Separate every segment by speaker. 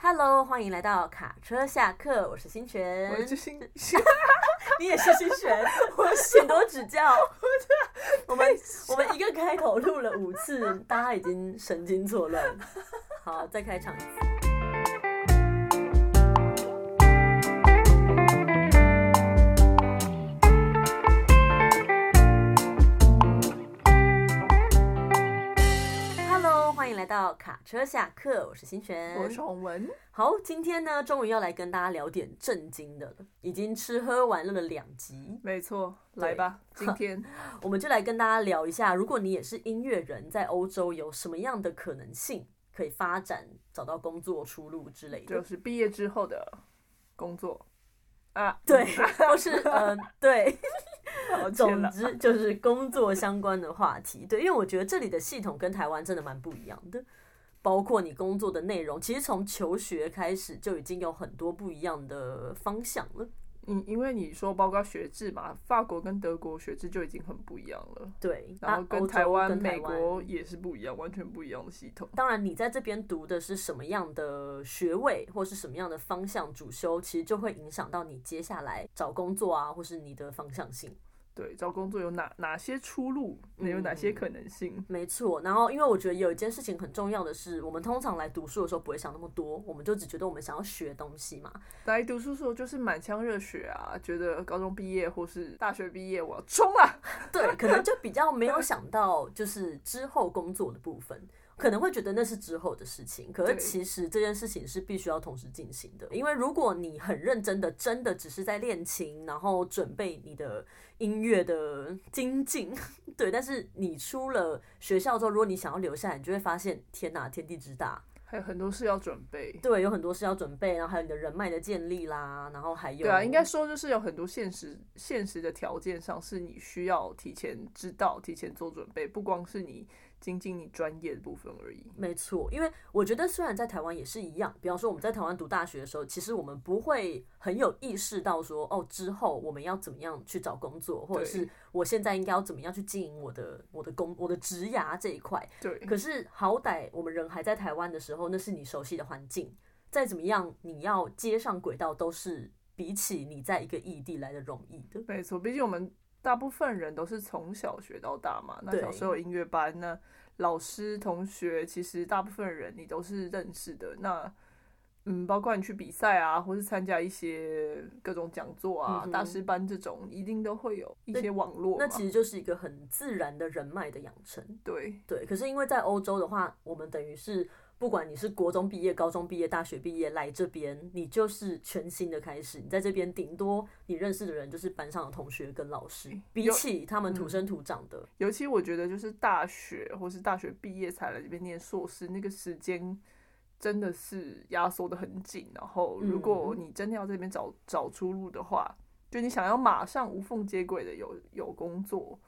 Speaker 1: Hello，欢迎来到卡车下课，我是新璇，
Speaker 2: 我就心想，
Speaker 1: 你也是新 璇，我请多指教。 我们我们一个开头录了五次，大家已经神经错乱。好，再开场一次。Hello，欢迎来到卡车下课，我是新璇，
Speaker 2: 我是洪文，
Speaker 1: 好，今天呢，终于要来跟大家聊点正经的了。已经吃喝玩乐了两集，
Speaker 2: 没错，
Speaker 1: 对
Speaker 2: 来吧，今天
Speaker 1: 我们就来跟大家聊一下，如果你也是音乐人，在欧洲有什么样的可能性可以发展、找到工作出路之类
Speaker 2: 就
Speaker 1: 的。
Speaker 2: 是毕业之后的工作啊，
Speaker 1: 对，或是嗯、呃对，
Speaker 2: 抱歉
Speaker 1: 总
Speaker 2: 了，
Speaker 1: 之就是工作相关的话题。对，因为我觉得这里的系统跟台湾真的蛮不一样的，包括你工作的内容，其实从求学开始就已经有很多不一样的方向了。
Speaker 2: 你因为你说包括学制嘛，法国跟德国学制就已经很不一样了，
Speaker 1: 对，
Speaker 2: 然后
Speaker 1: 啊
Speaker 2: 跟
Speaker 1: 欧洲
Speaker 2: 台湾、
Speaker 1: 跟
Speaker 2: 美
Speaker 1: 台湾
Speaker 2: 国也是不一样，完全不一样的系统。
Speaker 1: 当然，你在这边读的是什么样的学位，或是什么样的方向主修，其实就会影响到你接下来找工作啊，或是你的方向性。
Speaker 2: 对，找工作有哪哪些出路，
Speaker 1: 嗯
Speaker 2: 有哪些可能性？
Speaker 1: 没错，然后因为我觉得有一件事情很重要的是，我们通常来读书的时候不会想那么多，我们就只觉得我们想要学东西嘛。
Speaker 2: 来读书的时候就是满腔热血啊，觉得高中毕业或是大学毕业我要冲啊！
Speaker 1: 对，可能就比较没有想到就是之后工作的部分，可能会觉得那是之后的事情。可是
Speaker 2: 对
Speaker 1: 其实这件事情是必须要同时进行的，因为如果你很认真的，真的只是在练琴，然后准备你的音乐的精进， 对。但是你出了学校之后，如果你想要留下来，你就会发现，天哪，天地之大，
Speaker 2: 还有很多事要准备，
Speaker 1: 对，有很多事要准备，然后还有你的人脉的建立啦，然后还有
Speaker 2: 对啊，应该说就是有很多现实现实的条件上是你需要提前知道、提前做准备，不光是你仅仅你专业的部分而已。
Speaker 1: 没错，因为我觉得虽然在台湾也是一样，比方说我们在台湾读大学的时候，其实我们不会很有意识到说，哦，之后我们要怎么样去找工作，或者是我现在应该要怎么样去经营我的我的工我的职涯这一块。
Speaker 2: 对，
Speaker 1: 可是好歹我们人还在台湾的时候，那是你熟悉的环境，再怎么样你要接上轨道都是比起你在一个异地来的容易的。
Speaker 2: 没错，毕竟我们大部分人都是从小学到大嘛，那
Speaker 1: 对
Speaker 2: 小时候有音乐班呢，那老师、同学，其实大部分人你都是认识的。那嗯，包括你去比赛啊，或是参加一些各种讲座啊
Speaker 1: 嗯、哼
Speaker 2: 大师班这种，一定都会有一
Speaker 1: 那
Speaker 2: 些网络嘛。
Speaker 1: 那其实就是一个很自然的人脉的养成。
Speaker 2: 对
Speaker 1: 对，可是因为在欧洲的话，我们等于是不管你是国中毕业、高中毕业、大学毕业来这边，你就是全新的开始。你在这边，顶多你认识的人就是班上的同学跟老师，比
Speaker 2: 有嗯
Speaker 1: 起他们土生土长的，
Speaker 2: 尤其我觉得就是大学或是大学毕业才来这边念硕士，那个时间真的是压缩的很紧。然后，如果
Speaker 1: 嗯
Speaker 2: 你真的要这边找找出路的话，就你想要马上无缝接轨的有有工作，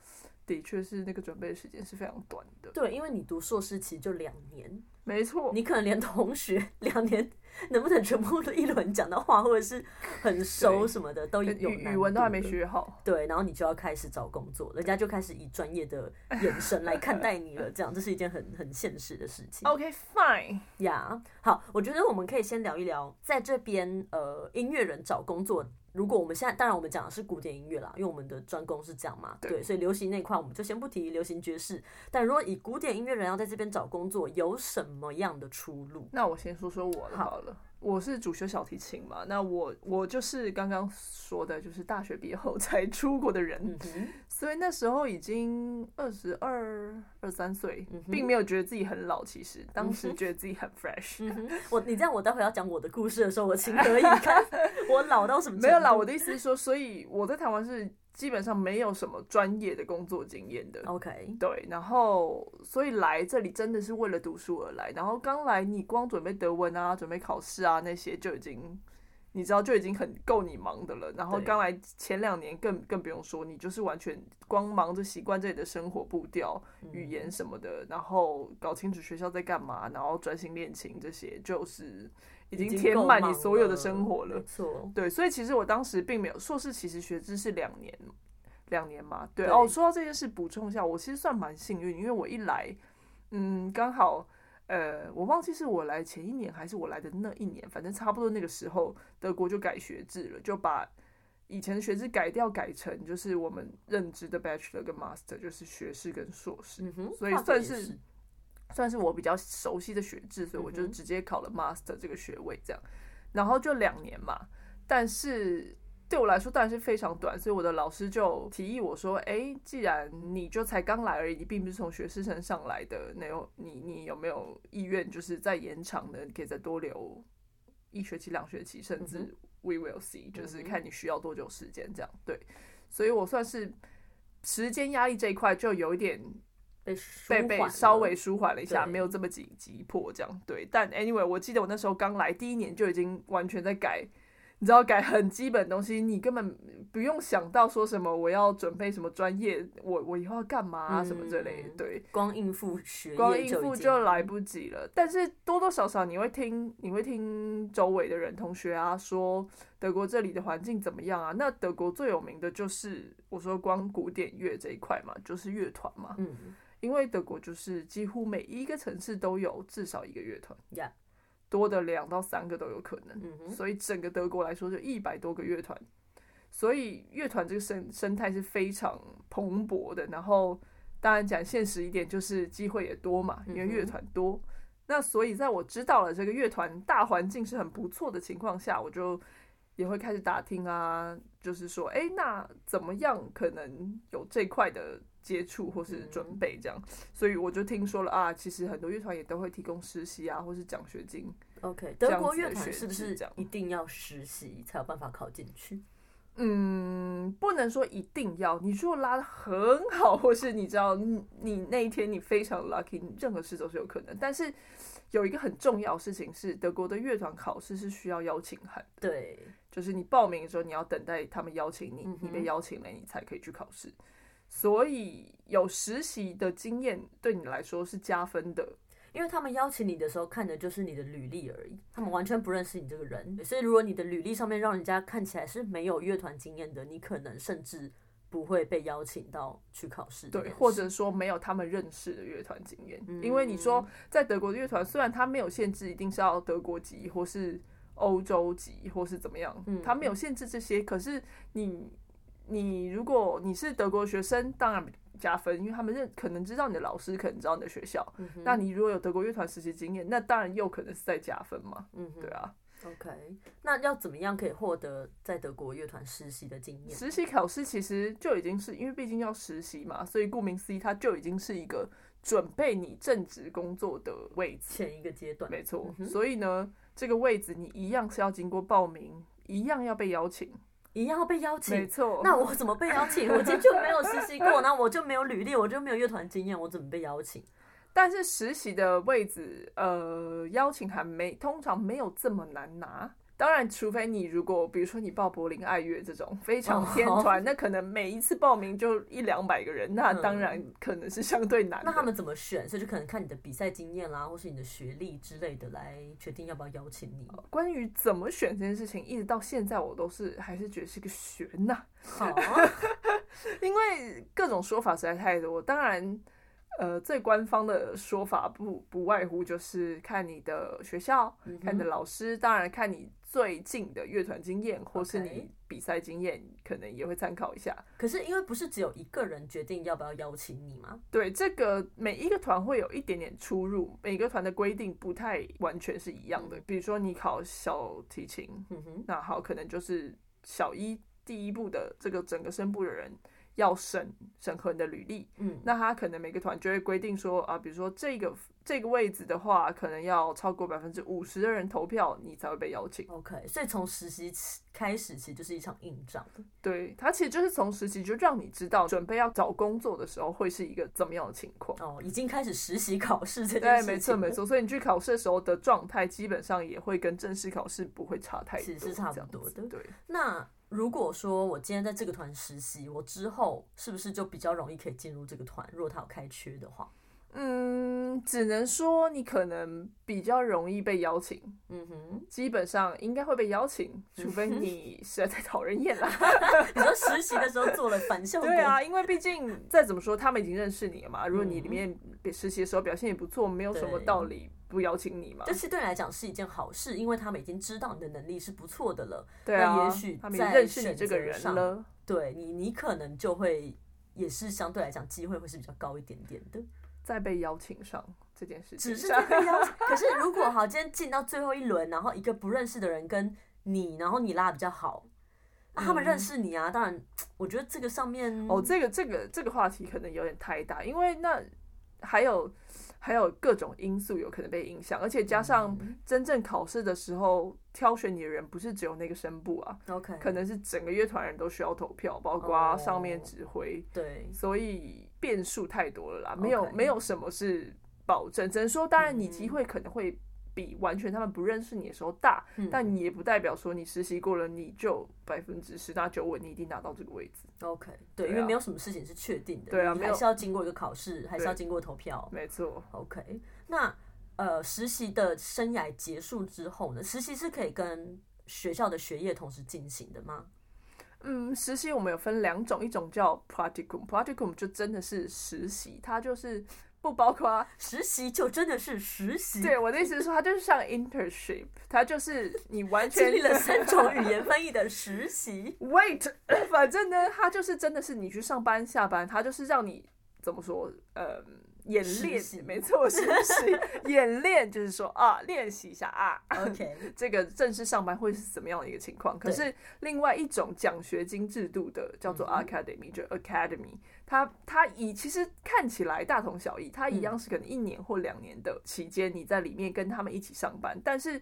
Speaker 2: 的确是那个准备的时间是非常短的。
Speaker 1: 对，因为你读硕士期就两年，
Speaker 2: 没错，
Speaker 1: 你可能连同学两年能不能全部都一轮讲到话，或者是很熟
Speaker 2: 对
Speaker 1: 什么的，都有
Speaker 2: 哎语
Speaker 1: 难
Speaker 2: 语文都还
Speaker 1: 度
Speaker 2: 没
Speaker 1: 的
Speaker 2: 学好，
Speaker 1: 对，然后你就要开始找工作，人家就开始以专业的眼神来看待你了，这样这是一件很很现实的事 情。
Speaker 2: OK fine，
Speaker 1: 呀好，我觉得我们可以先聊一聊，在这边呃，音乐人找工作。如果我们现在，当然我们讲的是古典音乐啦，因为我们的专攻是这样嘛，
Speaker 2: 对
Speaker 1: 对，所以流行那一块我们就先不提，流行爵士。但如果以古典音乐人要在这边找工作，有什么样的出路？
Speaker 2: 那我先说说我的
Speaker 1: 好
Speaker 2: 好了。我是主修小提琴嘛，那我我就是刚刚说的，就是大学毕业后 才出国的人。
Speaker 1: 嗯哼，
Speaker 2: 所以那时候已经二十二、二三岁
Speaker 1: 嗯，哼
Speaker 2: 并没有觉得自己很老。其实当
Speaker 1: 嗯
Speaker 2: 时
Speaker 1: 哼
Speaker 2: 觉得自己很 fresh，、
Speaker 1: 嗯哼，我你这样，我待会要讲我的故事的时候，我情何以堪？我老到什么？
Speaker 2: 没有啦。我。的意思是说，所以我在台湾是基本上没有什么专业的工作经验的。
Speaker 1: OK，
Speaker 2: 对，然后所以来这里真的是为了读书而来。然后刚来，你光准备德文啊，准备考试啊那些就已经，你知道就已经很够你忙的了。然后
Speaker 1: 对
Speaker 2: 刚来前两年更更不用说，你就是完全光忙着习惯这里的生活步调、
Speaker 1: 嗯
Speaker 2: 语言什么的，然后搞清楚学校在干嘛，然后专心练琴这些，就是已经填
Speaker 1: 够
Speaker 2: 满你
Speaker 1: 忙
Speaker 2: 所有的生活了
Speaker 1: 没。错，
Speaker 2: 对，所以其实我当时并没有硕士，其实学制是两年，两年嘛。对
Speaker 1: 对
Speaker 2: 哦，说到这件事，补充一下，我其实算蛮幸运，因为我一来，嗯，刚好呃，我忘记是我来前一年还是我来的那一年，反正差不多那个时候，德国就改学制了，就把以前的学制改掉，改成就是我们认知的 bachelor 跟 master，就是学士跟硕士，
Speaker 1: 嗯哼，
Speaker 2: 所以
Speaker 1: 法国
Speaker 2: 算
Speaker 1: 也
Speaker 2: 是
Speaker 1: 是
Speaker 2: 算是我比较熟悉的学制，所以我就
Speaker 1: 嗯哼
Speaker 2: 直接考了 master 这个学位，这样，然后就两年嘛，但是对我来说当然是非常短，所以我的老师就提议我说，诶，既然你就才刚来而已，你并不是从学士生上来的，那有你你有没有意愿就是再延长的，你可以再多留一学期、两学期，甚至
Speaker 1: 嗯
Speaker 2: we will see，就
Speaker 1: 嗯
Speaker 2: 是
Speaker 1: 哼
Speaker 2: 看你需要多久时间这样，对，所以我算是时间压力这一块就有一点
Speaker 1: 被
Speaker 2: 被
Speaker 1: 舒
Speaker 2: 被
Speaker 1: 缓
Speaker 2: 稍
Speaker 1: 了
Speaker 2: 微舒缓了一下，
Speaker 1: 对
Speaker 2: 没有这么紧急迫这样。对，但 anyway，我记得我那时候刚来第一年就已经完全在改，你知道改很基本的东西，你根本不用想到说什么我要准备什么专业，我我以后要干嘛、啊、什么之类的
Speaker 1: 嗯。
Speaker 2: 对，
Speaker 1: 光应付学业
Speaker 2: 光应付
Speaker 1: 已经
Speaker 2: 就来不及了。但是多多少少你会听，你会听周围的人、同学啊说德国这里的环境怎么样啊？那德国最有名的就是我说光古典乐这一块嘛，就是乐团嘛。
Speaker 1: 嗯
Speaker 2: 因为德国就是几乎每一个城市都有至少一个乐团，
Speaker 1: 呀
Speaker 2: 多的两到三个都有可能，
Speaker 1: 嗯哼
Speaker 2: 所以整个德国来说就一百多个乐团，所以乐团这个生生态是非常蓬勃的。然后当然讲现实一点，就是机会也多嘛，因为
Speaker 1: 嗯哼
Speaker 2: 乐团多。那所以在我知道了这个乐团大环境是很不错的情况下，我就也会开始打听啊，就是说，哎、那怎么样可能有这块的接触或是准
Speaker 1: 嗯
Speaker 2: 备这样？所以我就听说了啊，其实很多乐团也都会提供实习啊，或是奖学金。
Speaker 1: ，OK，
Speaker 2: 这
Speaker 1: 德
Speaker 2: 样
Speaker 1: 国
Speaker 2: 子的
Speaker 1: 乐团
Speaker 2: 学
Speaker 1: 是不
Speaker 2: 制
Speaker 1: 是
Speaker 2: 这样
Speaker 1: 一定要实习才有办法考进去？
Speaker 2: 嗯，不能说一定要。你如果拉的很好，或是你知道你你那一天你非常 lucky，你任何事都是有可能。但是有一个很重要的事情是，德国的乐团考试是需要邀请函，
Speaker 1: 对，
Speaker 2: 就是你报名的时候你要等待他们邀请你
Speaker 1: 嗯，
Speaker 2: 你
Speaker 1: 哼
Speaker 2: 被邀请了，你才可以去考试。所以有实习的经验对你来说是加分的，
Speaker 1: 因为他们邀请你的时候看的就是你的履历而已，他们完全不认识你这个人，所以如果你的履历上面让人家看起来是没有乐团经验的，你可能甚至不会被邀请到去考试这件事。
Speaker 2: 对，或者说没有他们认识的乐团经验，因为你
Speaker 1: 嗯
Speaker 2: 说在德国的乐团，虽然它没有限制一定是要德国籍或是欧洲籍或是怎么样，
Speaker 1: 嗯
Speaker 2: 它没有限制这些，可是你你如果你是德国学生，当然加分，因为他们认可能知道你的老师，可能知道你的学校，
Speaker 1: 嗯哼，
Speaker 2: 那你如果有德国乐团实习经验，那当然又可能是在加分嘛，
Speaker 1: 嗯哼
Speaker 2: 对啊。
Speaker 1: ，OK，那要怎么样可以获得在德国乐团实习的经验？
Speaker 2: 实习考试其实就已经是因为毕竟要实习嘛，所以顾名思义，它就已经是一个准备你正职工作的位置。
Speaker 1: 前一个阶段，
Speaker 2: 没错
Speaker 1: 嗯，哼
Speaker 2: 所以呢，这个位置你一样是要经过报名，一样要被邀请。
Speaker 1: 一样要被邀请
Speaker 2: 没，错，
Speaker 1: 那我怎么被邀请？我今天就没有实习过，那我就没有履历，我就没有乐团经验，我怎么被邀请？
Speaker 2: 但是实习的位置，呃，邀请函没通常没有这么难拿。当然，除非你如果比如说你报柏林爱乐这种非
Speaker 1: 哦
Speaker 2: 常 天团，那可能每一次报名就一两百个人，那
Speaker 1: 嗯
Speaker 2: 当然可能是相对难的。
Speaker 1: 那他们怎么选？所以就可能看你的比赛经验啦，或是你的学历之类的来决定要不要邀请你。
Speaker 2: 关于怎么选这件事情，一直到现在我都是还是觉得是个悬呐、
Speaker 1: 好啊，
Speaker 2: 因为各种说法实在太多。当然，呃，最官方的说法不不外乎就是看你的学校、
Speaker 1: 嗯哼
Speaker 2: 看你的老师，当然看你最近的乐团经验或是
Speaker 1: OK
Speaker 2: 你比赛经验，可能也会参考一下。
Speaker 1: 可是因为不是只有一个人决定要不要邀请你吗？
Speaker 2: 对，这个每一个团会有一点点出入，每个团的规定不太完全是一样的。比如说你考小提琴，
Speaker 1: 嗯哼，
Speaker 2: 那好，可能就是小一第一步的这个整个声部的人要审审核你的履历，
Speaker 1: 嗯，
Speaker 2: 那他可能每个团就会规定说啊，比如说这个这个位置的话，可能要超过百分之五十的人投票，你才会被邀请。
Speaker 1: OK，所以从实习起开始，其实就是一场硬仗。
Speaker 2: 对，他其实就是从实习就让你知道，准备要找工作的时候会是一个怎么样的情况。
Speaker 1: 哦，已经开始实习考试这件
Speaker 2: 对
Speaker 1: 事，情，
Speaker 2: 没错没，错，所以你去考试的时候的状态，基本上也会跟正式考试不会差太多，
Speaker 1: 其实是差不
Speaker 2: 这样
Speaker 1: 多
Speaker 2: 子
Speaker 1: 的
Speaker 2: 对，
Speaker 1: 那如果说我今天在这个团实习，我之后是不是就比较容易可以进入这个团？如果他有开缺的话，
Speaker 2: 嗯，只能说你可能比较容易被邀请，
Speaker 1: 嗯哼，
Speaker 2: 基本上应该会被邀请，除非你实在太讨人厌了。
Speaker 1: 你说实习的时候做了反效果，嗯
Speaker 2: 对，啊，因为毕竟再怎么说，他们已经认识你了嘛。如果你里面实习的时候表现也不错，没有什么
Speaker 1: 对
Speaker 2: 道理不邀请你嘛
Speaker 1: 这？其实对你来讲是一件好事，因为他们已经知道你的能力是不错的了。
Speaker 2: 对
Speaker 1: 那
Speaker 2: 啊，
Speaker 1: 也许
Speaker 2: 他们
Speaker 1: 在
Speaker 2: 也认识
Speaker 1: 选
Speaker 2: 你这个
Speaker 1: 择
Speaker 2: 人
Speaker 1: 上
Speaker 2: 了。
Speaker 1: 对你，你可能就会也是相对来讲机会会是比较高一点点的。
Speaker 2: 再被邀请上这件事情
Speaker 1: 只是
Speaker 2: 上，
Speaker 1: 这个邀请， 可是如果好，今天进到最后一轮，然后一个不认识的人跟你，然后你拉比较好，那他们
Speaker 2: 嗯
Speaker 1: 认识你啊。当然，我觉得这个上面
Speaker 2: 哦，这个这个这个话题可能有点太大，因为那还有还有各种因素有可能被影响，而且加上
Speaker 1: 嗯
Speaker 2: 真正考试的时候挑选你的人不是只有那个声部啊，
Speaker 1: OK
Speaker 2: 可能是整个乐团人都需要投票，包括上面
Speaker 1: 哦
Speaker 2: 指挥，
Speaker 1: 对
Speaker 2: 所以变数太多了啦，没有
Speaker 1: OK
Speaker 2: 没有什么是保证，只能说当然你
Speaker 1: 嗯
Speaker 2: 机会可能会。比完全他们不认识你的时候大，
Speaker 1: 嗯
Speaker 2: 但你也不代表说你实习过了，你就百分之十拿九稳，你一定拿到这个位置。
Speaker 1: OK 对，
Speaker 2: 对
Speaker 1: 因为
Speaker 2: 啊
Speaker 1: 没有什么事情是确定的，
Speaker 2: 对啊
Speaker 1: 你
Speaker 2: 没
Speaker 1: 还
Speaker 2: 有
Speaker 1: 是要经过一个考试，还是
Speaker 2: 对
Speaker 1: 要经过投票。
Speaker 2: 没错，
Speaker 1: OK，那呃，实习的生涯结束之后呢，实习是可以跟学校的学业同时进行的吗？
Speaker 2: 嗯，实习我们有分两种，一种叫 practicum，practicum 就真的是实习，它就是不 包括。
Speaker 1: 实习就真的是实习，
Speaker 2: 对我的意思是说，它就是像 internship，它就是你完
Speaker 1: 经
Speaker 2: 全
Speaker 1: 历了三种语言翻译的实 习。
Speaker 2: Wait，反正呢，它就是真的是你去上班下班，它就是让你怎么说，呃，演
Speaker 1: 实
Speaker 2: 练
Speaker 1: 习，
Speaker 2: 没错，实习 演练就是说啊，练习一下啊，
Speaker 1: OK，
Speaker 2: 这个正式上班会是怎么样的一个情况？可
Speaker 1: 对
Speaker 2: 是另外一种奖学金制度的叫做
Speaker 1: 嗯哼
Speaker 2: academy，、就 academy，它它以其实看起来大同小异，它
Speaker 1: 嗯
Speaker 2: 一样是可能一年或两年的期间你在里面跟他们一起上班，但是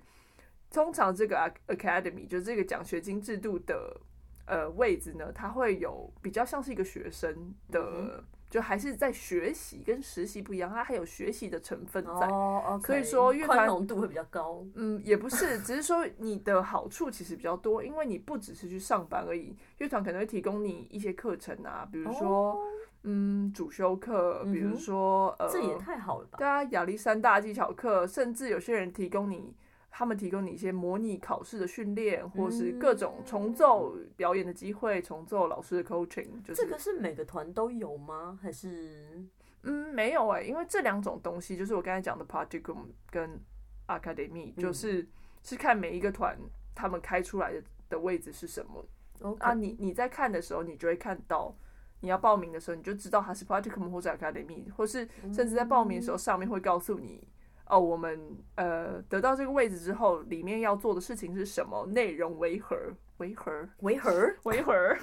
Speaker 2: 通常这个 ac- academy 就是这个奖学金制度的呃位置呢，它会有比较像是一个学生的。
Speaker 1: 嗯
Speaker 2: 就还是在学习，跟实习不一样，它还有学习的成分在。
Speaker 1: 哦，OK，
Speaker 2: 所以说乐团
Speaker 1: 宽容度会比较高。
Speaker 2: 嗯，也不是，只是说你的好处其实比较多，因为你不只是去上班而已。乐团可能会提供你一些课程啊，比如说、
Speaker 1: 哦
Speaker 2: 嗯主修课，比
Speaker 1: 嗯
Speaker 2: 如
Speaker 1: 哼
Speaker 2: 说、呃，
Speaker 1: 这也太好了吧？
Speaker 2: 对啊，亚历山大技巧课，甚至有些人提供你，他们提供你一些模拟考试的训练，或是各种
Speaker 1: 嗯
Speaker 2: 重奏表演的机会，重奏老师的 coaching，就是
Speaker 1: 这个是每个团都有吗？还是
Speaker 2: 嗯，没有哎、因为这两种东西，就是我刚才讲的 practicum 跟 academy，、
Speaker 1: 嗯
Speaker 2: 就是是看每一个团他们开出来的的位置是什么
Speaker 1: OK？
Speaker 2: 啊。你你在看的时候，你就会看到你要报名的时候，你就知道它是 practicum 或者 academy，或是甚至在报名
Speaker 1: 嗯
Speaker 2: 的时候，上面会告诉你。哦，我们呃得到这个位置之后，里面要做的事情是什么？内容为何？为何？
Speaker 1: 维和嗯儿，
Speaker 2: 为何？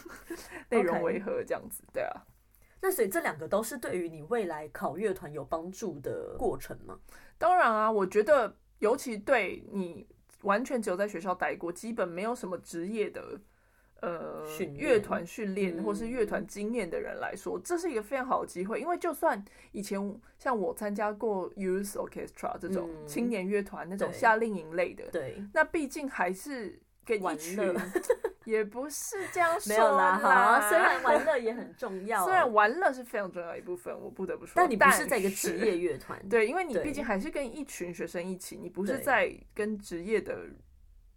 Speaker 2: 内容
Speaker 1: OK
Speaker 2: 为何？这样子，对啊。
Speaker 1: 那所以这两个都是对于你未来考乐团有帮助的过程吗？
Speaker 2: 当然啊，我觉得尤其对你完全只有在学校待过，基本没有什么职业的呃
Speaker 1: 训练
Speaker 2: 乐团训练
Speaker 1: 嗯
Speaker 2: 或是乐团经验的人来说，这是一个非常好的机会。因为就算以前像我参加过 youth orchestra 这种
Speaker 1: 嗯
Speaker 2: 青年乐团那种
Speaker 1: 对
Speaker 2: 夏令营类的，
Speaker 1: 对，
Speaker 2: 那毕竟还是跟一
Speaker 1: 玩
Speaker 2: 群
Speaker 1: 乐
Speaker 2: 也不是这样说
Speaker 1: 没有啦，好啊，
Speaker 2: 啦
Speaker 1: 虽然玩乐也很 重要，
Speaker 2: 虽然玩乐是非常重要的一部分，我不得不说，
Speaker 1: 但你不是在一个
Speaker 2: 是
Speaker 1: 职业乐团，
Speaker 2: 对，因为你
Speaker 1: 对
Speaker 2: 毕竟还是跟一群学生一起，你不是
Speaker 1: 对
Speaker 2: 在跟职业的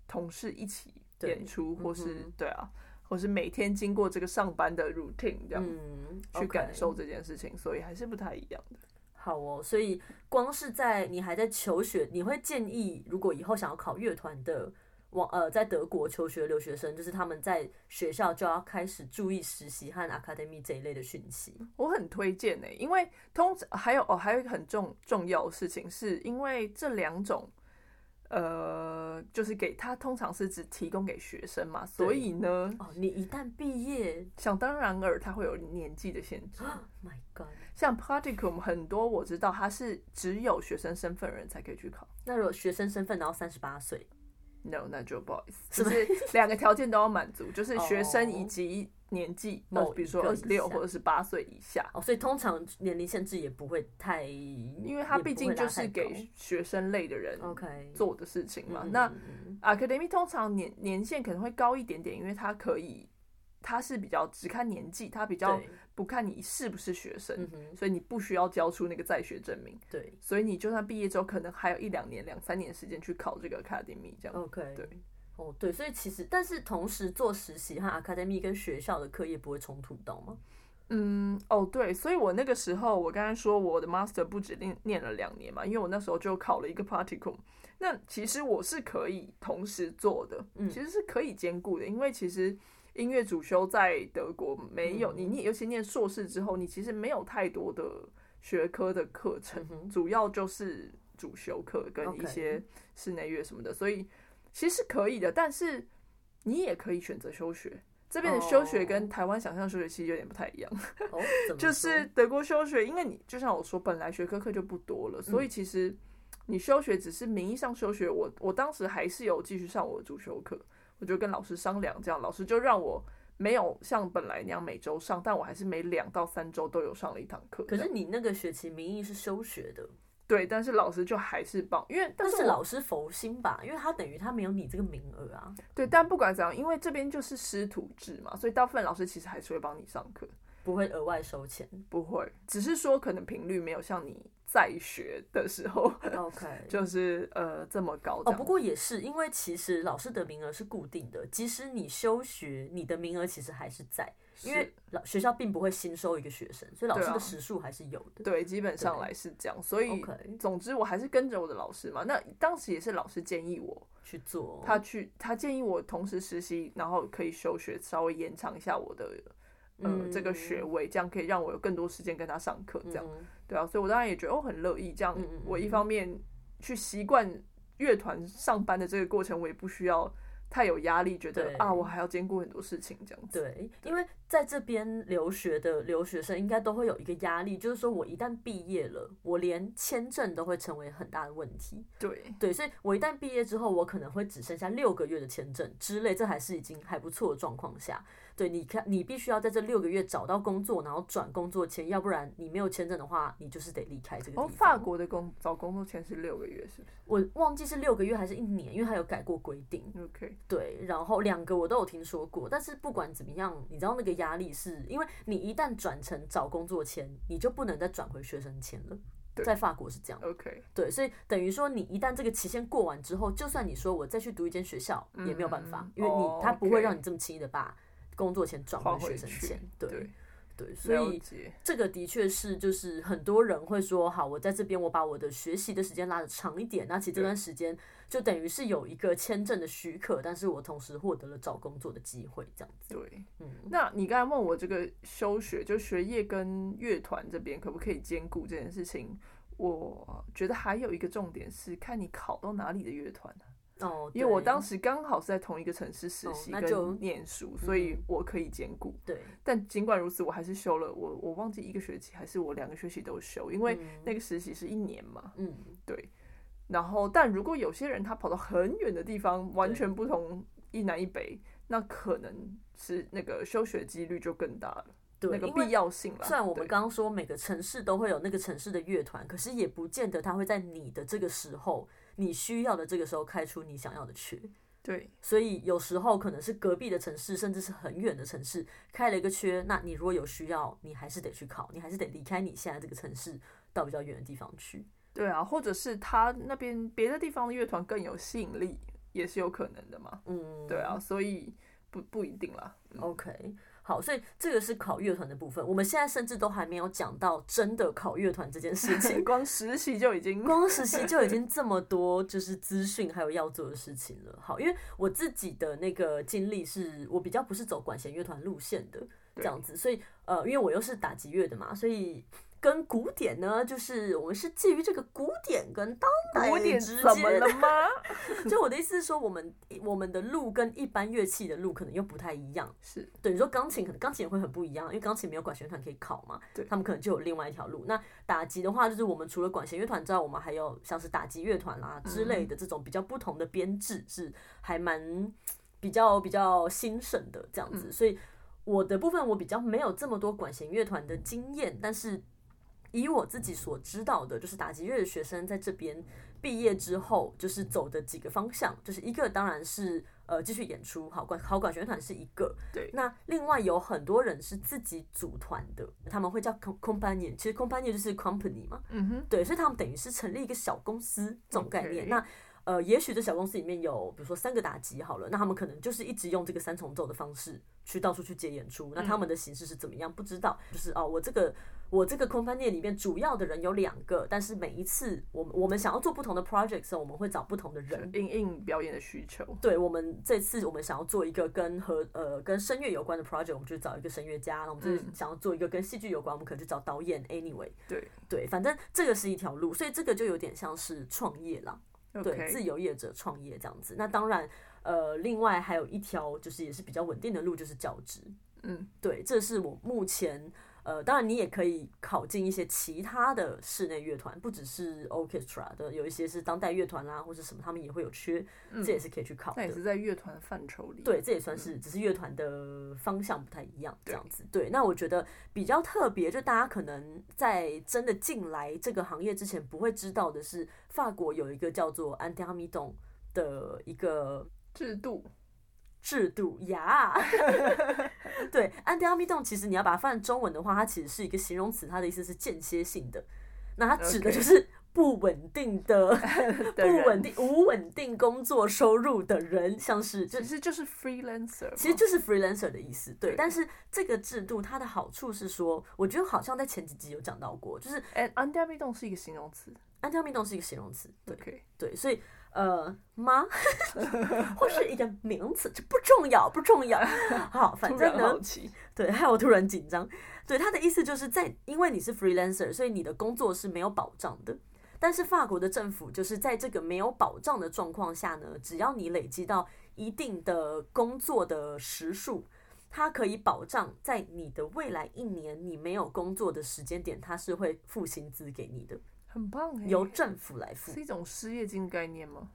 Speaker 2: 同事一起
Speaker 1: 对
Speaker 2: 演出，或是、
Speaker 1: 嗯哼
Speaker 2: 对啊，或是每天经过这个上班的 routine 这样、
Speaker 1: 嗯，
Speaker 2: 去
Speaker 1: OK
Speaker 2: 感受这件事情，所以还是不太一样的。
Speaker 1: 好哦，所以光是在你还在求学，你会建议如果以后想要考乐团的往呃在德国求学的留学生，就是他们在学校就要开始注意实习和 academy 这一类的讯息。
Speaker 2: 我很推荐呢、欸因为通常还有哦，还有一个很重重要的事情，是因为这两种。呃，就是给他通常是只提供给学生嘛，所以呢，
Speaker 1: 哦，你一旦毕业，Oh
Speaker 2: 想当然尔，他会有年纪的限制。
Speaker 1: ，My God，
Speaker 2: 像 practicum 很多我知道它是只有学生身份的人才可以去考。
Speaker 1: 那如果学生身份然后三十八岁，
Speaker 2: No，那就不好意思，
Speaker 1: 什
Speaker 2: 就
Speaker 1: 么
Speaker 2: 是两个条件都要满足，就是学生
Speaker 1: 哦
Speaker 2: 以及年纪，
Speaker 1: 某
Speaker 2: 呃比如说
Speaker 1: 一个
Speaker 2: 二
Speaker 1: 以
Speaker 2: 十六
Speaker 1: 下
Speaker 2: 或者是八岁以下，
Speaker 1: 哦，所以通常年龄限制也不会太，因
Speaker 2: 因为它毕竟就是给学生类的人
Speaker 1: OK
Speaker 2: 做的事情嘛。
Speaker 1: 嗯
Speaker 2: 那
Speaker 1: 嗯嗯
Speaker 2: academy 通常年年限可能会高一点点，因为它可以，它是比较只看年纪，它比较呃
Speaker 1: 对，
Speaker 2: 不看你是不是学生
Speaker 1: 嗯，哼，
Speaker 2: 所以你不需要交出那个在学证明。
Speaker 1: 对
Speaker 2: 所以你就算毕业之后，可能还有一两年、两三年时间去考这个 academy 这样。
Speaker 1: ，OK，
Speaker 2: 对。
Speaker 1: 哦，对，所以其实，但是同时做实习和 academy 跟学校的课业不会冲突到吗？
Speaker 2: 嗯，哦对，所以我那个时候，我刚才说我的 master 不止念念了两年嘛，因为我那时候就考了一个 practicum。那其实我是可以同时做的，
Speaker 1: 嗯
Speaker 2: 其实是可以兼顾的，因为其实音乐主修在德国没有、你你，尤其念硕士之后，你其实没有太多的学科的课程，
Speaker 1: 嗯哼
Speaker 2: 主要就是主修课跟
Speaker 1: OK
Speaker 2: 一些室内乐什么的，所以其实可以的，但是你也可以选择休学。这边的休学
Speaker 1: 哦
Speaker 2: 跟台湾想象休学其实有点不太一样，
Speaker 1: 哦，怎么
Speaker 2: 就是德国休学，因为你就像我说，本来学科课就不多
Speaker 1: 嗯
Speaker 2: 了，所以其实你休学只是名义上休学。我我当时还是有继续上我的主修课，我就跟老师商量，这样老师就让我没有像本来那样每周上，但我还是每两到三周都有上了一堂课。
Speaker 1: 可是
Speaker 2: 这样
Speaker 1: 你那个学期名义是休学的，
Speaker 2: 对，但是老师就还是帮，因为
Speaker 1: 但
Speaker 2: 是
Speaker 1: 是
Speaker 2: 我
Speaker 1: 老师佛心吧，因为他等于他没有你这个名额啊。
Speaker 2: 对，但不管怎样，因为这边就是师徒制嘛，所以大部分老师其实还是会帮你上课。
Speaker 1: 不会额外收 钱
Speaker 2: 不会，只是说可能频率没有像你在学的时候
Speaker 1: ，OK，
Speaker 2: 就是呃这么高这
Speaker 1: 哦，
Speaker 2: 样。
Speaker 1: 不过也是，因为其实老师的名额是固定的，即使你休学，你的名额其实还是在，因为
Speaker 2: 是
Speaker 1: 老学校并不会新收一个学生，所以老
Speaker 2: 对
Speaker 1: 师
Speaker 2: 啊
Speaker 1: 的时数还是有的。
Speaker 2: 对，基本上
Speaker 1: 对
Speaker 2: 来是这样，所以
Speaker 1: OK，
Speaker 2: 总之我还是跟着我的老师嘛。那当时也是老师建议我，
Speaker 1: 去做
Speaker 2: 他去他建议我同时实习，然后可以休学，稍微延长一下我的呃、
Speaker 1: 嗯
Speaker 2: 这个学位，这样可以让我有更多时间跟他上课，这样、
Speaker 1: 嗯
Speaker 2: 对啊，所以我当然也觉得我很乐意这样。
Speaker 1: 嗯嗯嗯
Speaker 2: 我一方面去习惯乐团上班的这个过程，我也不需要太有压力，觉
Speaker 1: 对
Speaker 2: 得啊我还要兼顾很多事情这样子。
Speaker 1: 对，因为在这边留学的留学生应该都会有一个压力，就是说我一旦毕业了，我连签证都会成为很大的问题。
Speaker 2: 对
Speaker 1: 对，所以我一旦毕业之后，我可能会只剩下六个月的签证之类，这还是已经还不错的状况下。对，你看，你必须要在这六个月找到工作，然后转工作签，要不然你没有签证的话，你就是得离开这个地
Speaker 2: 然
Speaker 1: 方。
Speaker 2: 后哦法，国的工找工作签是六个月，是不
Speaker 1: 我忘记是六个月还是一年，因为它有改过规定。
Speaker 2: 是？OK，
Speaker 1: 对，然后两个我都有听说过，但是不管怎么样，你知道那个压力是因为你一旦转成找工作签，你就不能再转回学生签了。
Speaker 2: 对
Speaker 1: 在法国是这样，
Speaker 2: OK，
Speaker 1: 对，所以等于说你一旦这个期限过完之后，就算你说我再去读一间学校、也没有办法
Speaker 2: 嗯，
Speaker 1: 因为你
Speaker 2: 哦
Speaker 1: 他不会
Speaker 2: OK
Speaker 1: 让你这么轻易的把工作签转
Speaker 2: 换
Speaker 1: 回学
Speaker 2: 回
Speaker 1: 生
Speaker 2: 去
Speaker 1: 签，对
Speaker 2: 对，
Speaker 1: 对，所
Speaker 2: 了
Speaker 1: 以
Speaker 2: 解。
Speaker 1: 这个的确是，就是很多人会说，好，我在这边我把我的学习的时间拉的长一点，那其实这
Speaker 2: 对
Speaker 1: 段时间就等于是有一个签证的许可，但是我同时获得了找工作的机会，这样子。
Speaker 2: 对，
Speaker 1: 嗯
Speaker 2: 那你刚才问我这个休学，就学业跟乐团这边可不可以兼顾这件事情？我觉得还有一个重点是看你考到哪里的乐团、啊、
Speaker 1: 哦，
Speaker 2: 因为我
Speaker 1: 对
Speaker 2: 当时刚好是在同一个城市实
Speaker 1: 哦
Speaker 2: 习
Speaker 1: 那就嗯
Speaker 2: 跟念书，所以我可以兼顾。
Speaker 1: 对，
Speaker 2: 但尽管如此，我还是修了我我忘记一个学期还是我两个学期都修，因为
Speaker 1: 嗯
Speaker 2: 那个实习是一年嘛，
Speaker 1: 嗯，
Speaker 2: 对。然后，但如果有些人他跑到很远的地方，完
Speaker 1: 对
Speaker 2: 全不同一南一北，那可能是那个休学几率就更大了，
Speaker 1: 对，
Speaker 2: 那个
Speaker 1: 因为
Speaker 2: 必要性啦。
Speaker 1: 虽然我们
Speaker 2: 对
Speaker 1: 刚刚说每个城市都会有那个城市的乐团，可是也不见得它会在你的这个时候，你需要的这个时候开出你想要的缺。
Speaker 2: 对
Speaker 1: 所以有时候可能是隔壁的城市，甚至是很远的城市开了一个缺，那你如果有需要，你还是得去考，你还是得离开你现在这个城市，到比较远的地方去。
Speaker 2: 对啊，或者是他那边别的地方的乐团更有吸引力，也是有可能的嘛。
Speaker 1: 嗯，
Speaker 2: 对啊，所以不不一定啦。嗯
Speaker 1: ，OK。好，所以这个是考乐团的部分。我们现在甚至都还没有讲到真的考乐团这件事 情，
Speaker 2: 光实习就已经
Speaker 1: 光实习就已经这么多，就是资讯还有要做的事情了。好，因为我自己的那个经历是我比较不是走管弦乐团路线的这
Speaker 2: 对
Speaker 1: 样子，所以呃，因为我又是打击乐的嘛，所以跟古典呢，就是我们是介于这个古典跟当代
Speaker 2: 古典
Speaker 1: 之
Speaker 2: 怎么
Speaker 1: 间
Speaker 2: 了。吗？
Speaker 1: 就我的意思是说，我们我们的路跟一般乐器的路可能又不太一样。
Speaker 2: 是
Speaker 1: 对，你说钢琴可能钢琴也会很不一样，因为钢琴没有管弦乐团可以考嘛，
Speaker 2: 对
Speaker 1: 他们可能就有另外一条路。那打击的话，就是我们除了管弦乐团之外，我们还有像是打击乐团啦之类的这种比较不同的编制，是还蛮比较比较兴盛的这样子。所以我的部分我比较没有这么多管弦乐团的经验，但是以我自己所知道的，就是打击乐的学生在这边毕业之后，就是走的几个方向，就是一个当然是呃继续演出，好管好管弦乐团是一个，
Speaker 2: 对
Speaker 1: 那另外有很多人是自己组团的，他们会叫 com- companion，其实 companion 就是 company 嘛，
Speaker 2: 嗯哼，
Speaker 1: 对，所以他们等于是成立一个小公司这种概念。
Speaker 2: OK
Speaker 1: 那呃，也许这小公司里面有，比如说三个打击好了，那他们可能就是一直用这个三重奏的方式去到处去接演出。那他们的形式是怎么样？不知道。就是哦，我这个我这个 company 里面主要的人有两个，但是每一次我们我们想要做不同的 project 的时候，我们会找不同的人。
Speaker 2: 应应表演的需求。
Speaker 1: 对我们这次我们想要做一个跟和呃跟声乐有关的 project，我们就找一个声乐家；然后我们就是想要做一个跟戏剧有关，我们可能就找导演。Anyway，
Speaker 2: 嗯对
Speaker 1: 对，反正这个是一条路，所以这个就有点像是创业啦。对，自
Speaker 2: ，OK，
Speaker 1: 由业者创业这样子。那当然，呃，另外还有一条就是也是比较稳定的路，就是教职。
Speaker 2: 嗯，
Speaker 1: 对，这是我目前呃，当然你也可以考进一些其他的室内乐团，不只是 orchestra 的，有一些是当代乐团啊啦或者什么，他们也会有缺，
Speaker 2: 嗯
Speaker 1: 这也是可以去考的。
Speaker 2: 那也是在乐团范畴里。
Speaker 1: 对，这也算是，只是乐团的方向不太一样，这
Speaker 2: 对
Speaker 1: 样子。对，那我觉得比较特别，就大家可能在真的进来这个行业之前不会知道的是，法国有一个叫做安迪阿米董的一个
Speaker 2: 制度，
Speaker 1: 制度 呀。对，安迪阿米洞其实你要把它翻成中文的话，它其实是一个形容词，它的意思是间歇性的。那它指的
Speaker 2: OK
Speaker 1: 就是不稳定的、
Speaker 2: 的人
Speaker 1: 不稳定、无稳定工作收入的人，像是就
Speaker 2: 其实就是 freelancer，嘛
Speaker 1: 其实就是 freelancer 的意思，对。
Speaker 2: 嗯对
Speaker 1: 但是这个制度它的好处是说，我觉得好像在前几集有讲到过，就是
Speaker 2: and undead 动是一个形容词。
Speaker 1: 安家命动是一个形容词，对
Speaker 2: OK，
Speaker 1: 对，所以呃妈， 或是一个名词，这不重要，不重 要。好，反
Speaker 2: 突
Speaker 1: 正
Speaker 2: 然
Speaker 1: 呢
Speaker 2: 好，奇，
Speaker 1: 对，害我突然紧张。对，他的意思就是在，因为你是 freelancer，所以你的工作是没有保障的。但是法国的政府就是在这个没有保障的状况下呢，只要你累积到一定的工作的时数，它可以保障在你的未来一年你没有工作的时间点，它是会付薪资给你的，
Speaker 2: 很棒哎，
Speaker 1: 由政府来付。
Speaker 2: 是一种失业金概念吗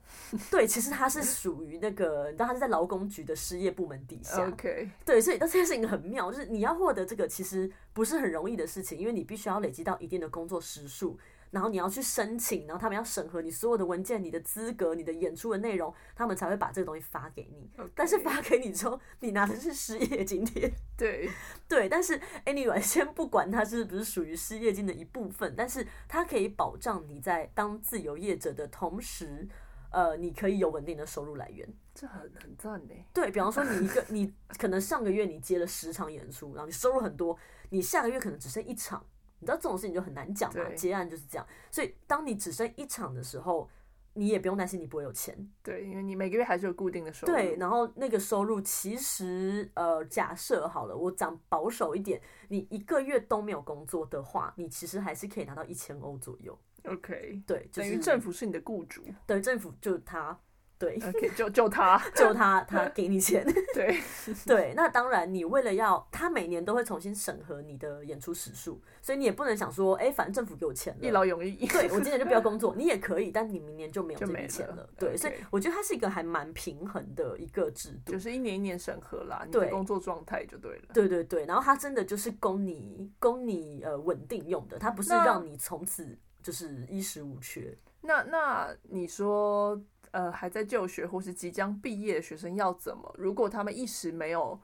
Speaker 1: 对，其实它是属于那个，你知道它是在劳工局的失业部门底下。
Speaker 2: ？OK，
Speaker 1: 对，所以但这件事情很妙，就是你要获得这个其实不是很容易的事情，因为你必须要累积到一定的工作时数，然后你要去申请，然后他们要审核你所有的文件、你的资格、你的演出的内容，他们才会把这个东西发给你。但是
Speaker 2: OK
Speaker 1: 发给你之后，你拿的是失业津贴。
Speaker 2: 对，
Speaker 1: 对，但是 anyway，先不管它是不是属于失业金的一部分，但是它可以保障你在当自由业者的同时，呃，你可以有稳定的收入来源。
Speaker 2: 这很很赞欸呢。
Speaker 1: 对比方说，你一个你可能上个月你接了十场演出，然后你收入很多，你下个月可能只剩一场，你知道这种事情就很难讲嘛，
Speaker 2: 对
Speaker 1: 接案就是这样。所以当你只剩一场的时候，你也不用担心你不会有钱，
Speaker 2: 对，因为你每个月还是有固定的收入。
Speaker 1: 对。然后那个收入其实呃，假设好了，我讲保守一点，你一个月都没有工作的话，你其实还是可以拿到一千欧左右。
Speaker 2: OK，
Speaker 1: 对，就
Speaker 2: 等
Speaker 1: 是
Speaker 2: 于政府呃是你的雇主。
Speaker 1: 对政府就他对
Speaker 2: OK，就就他，
Speaker 1: 就他他给你钱。
Speaker 2: 对，
Speaker 1: 对，那当然，你为了要他每年都会重新审核你的演出时数，所以你也不能想说，哎、反正政府给我钱
Speaker 2: 一
Speaker 1: 了。
Speaker 2: 劳永逸。
Speaker 1: 对，我今年就不要工作，你也可以，但你明年就没有
Speaker 2: 就
Speaker 1: 这
Speaker 2: 没
Speaker 1: 笔钱
Speaker 2: 了
Speaker 1: 了。对，所以
Speaker 2: OK
Speaker 1: 我觉得它是一个还蛮平衡的一个制度
Speaker 2: 就。是一年一年审核啦，你的
Speaker 1: 对
Speaker 2: 工作状态就对了。
Speaker 1: 对对对，然后它真的就是供你供你呃稳定用的，它不是
Speaker 2: 那
Speaker 1: 让你从此就是衣食无缺。
Speaker 2: 那那你说，呃，还在就学或是即将毕业的学生要怎么？如果他们一时没有，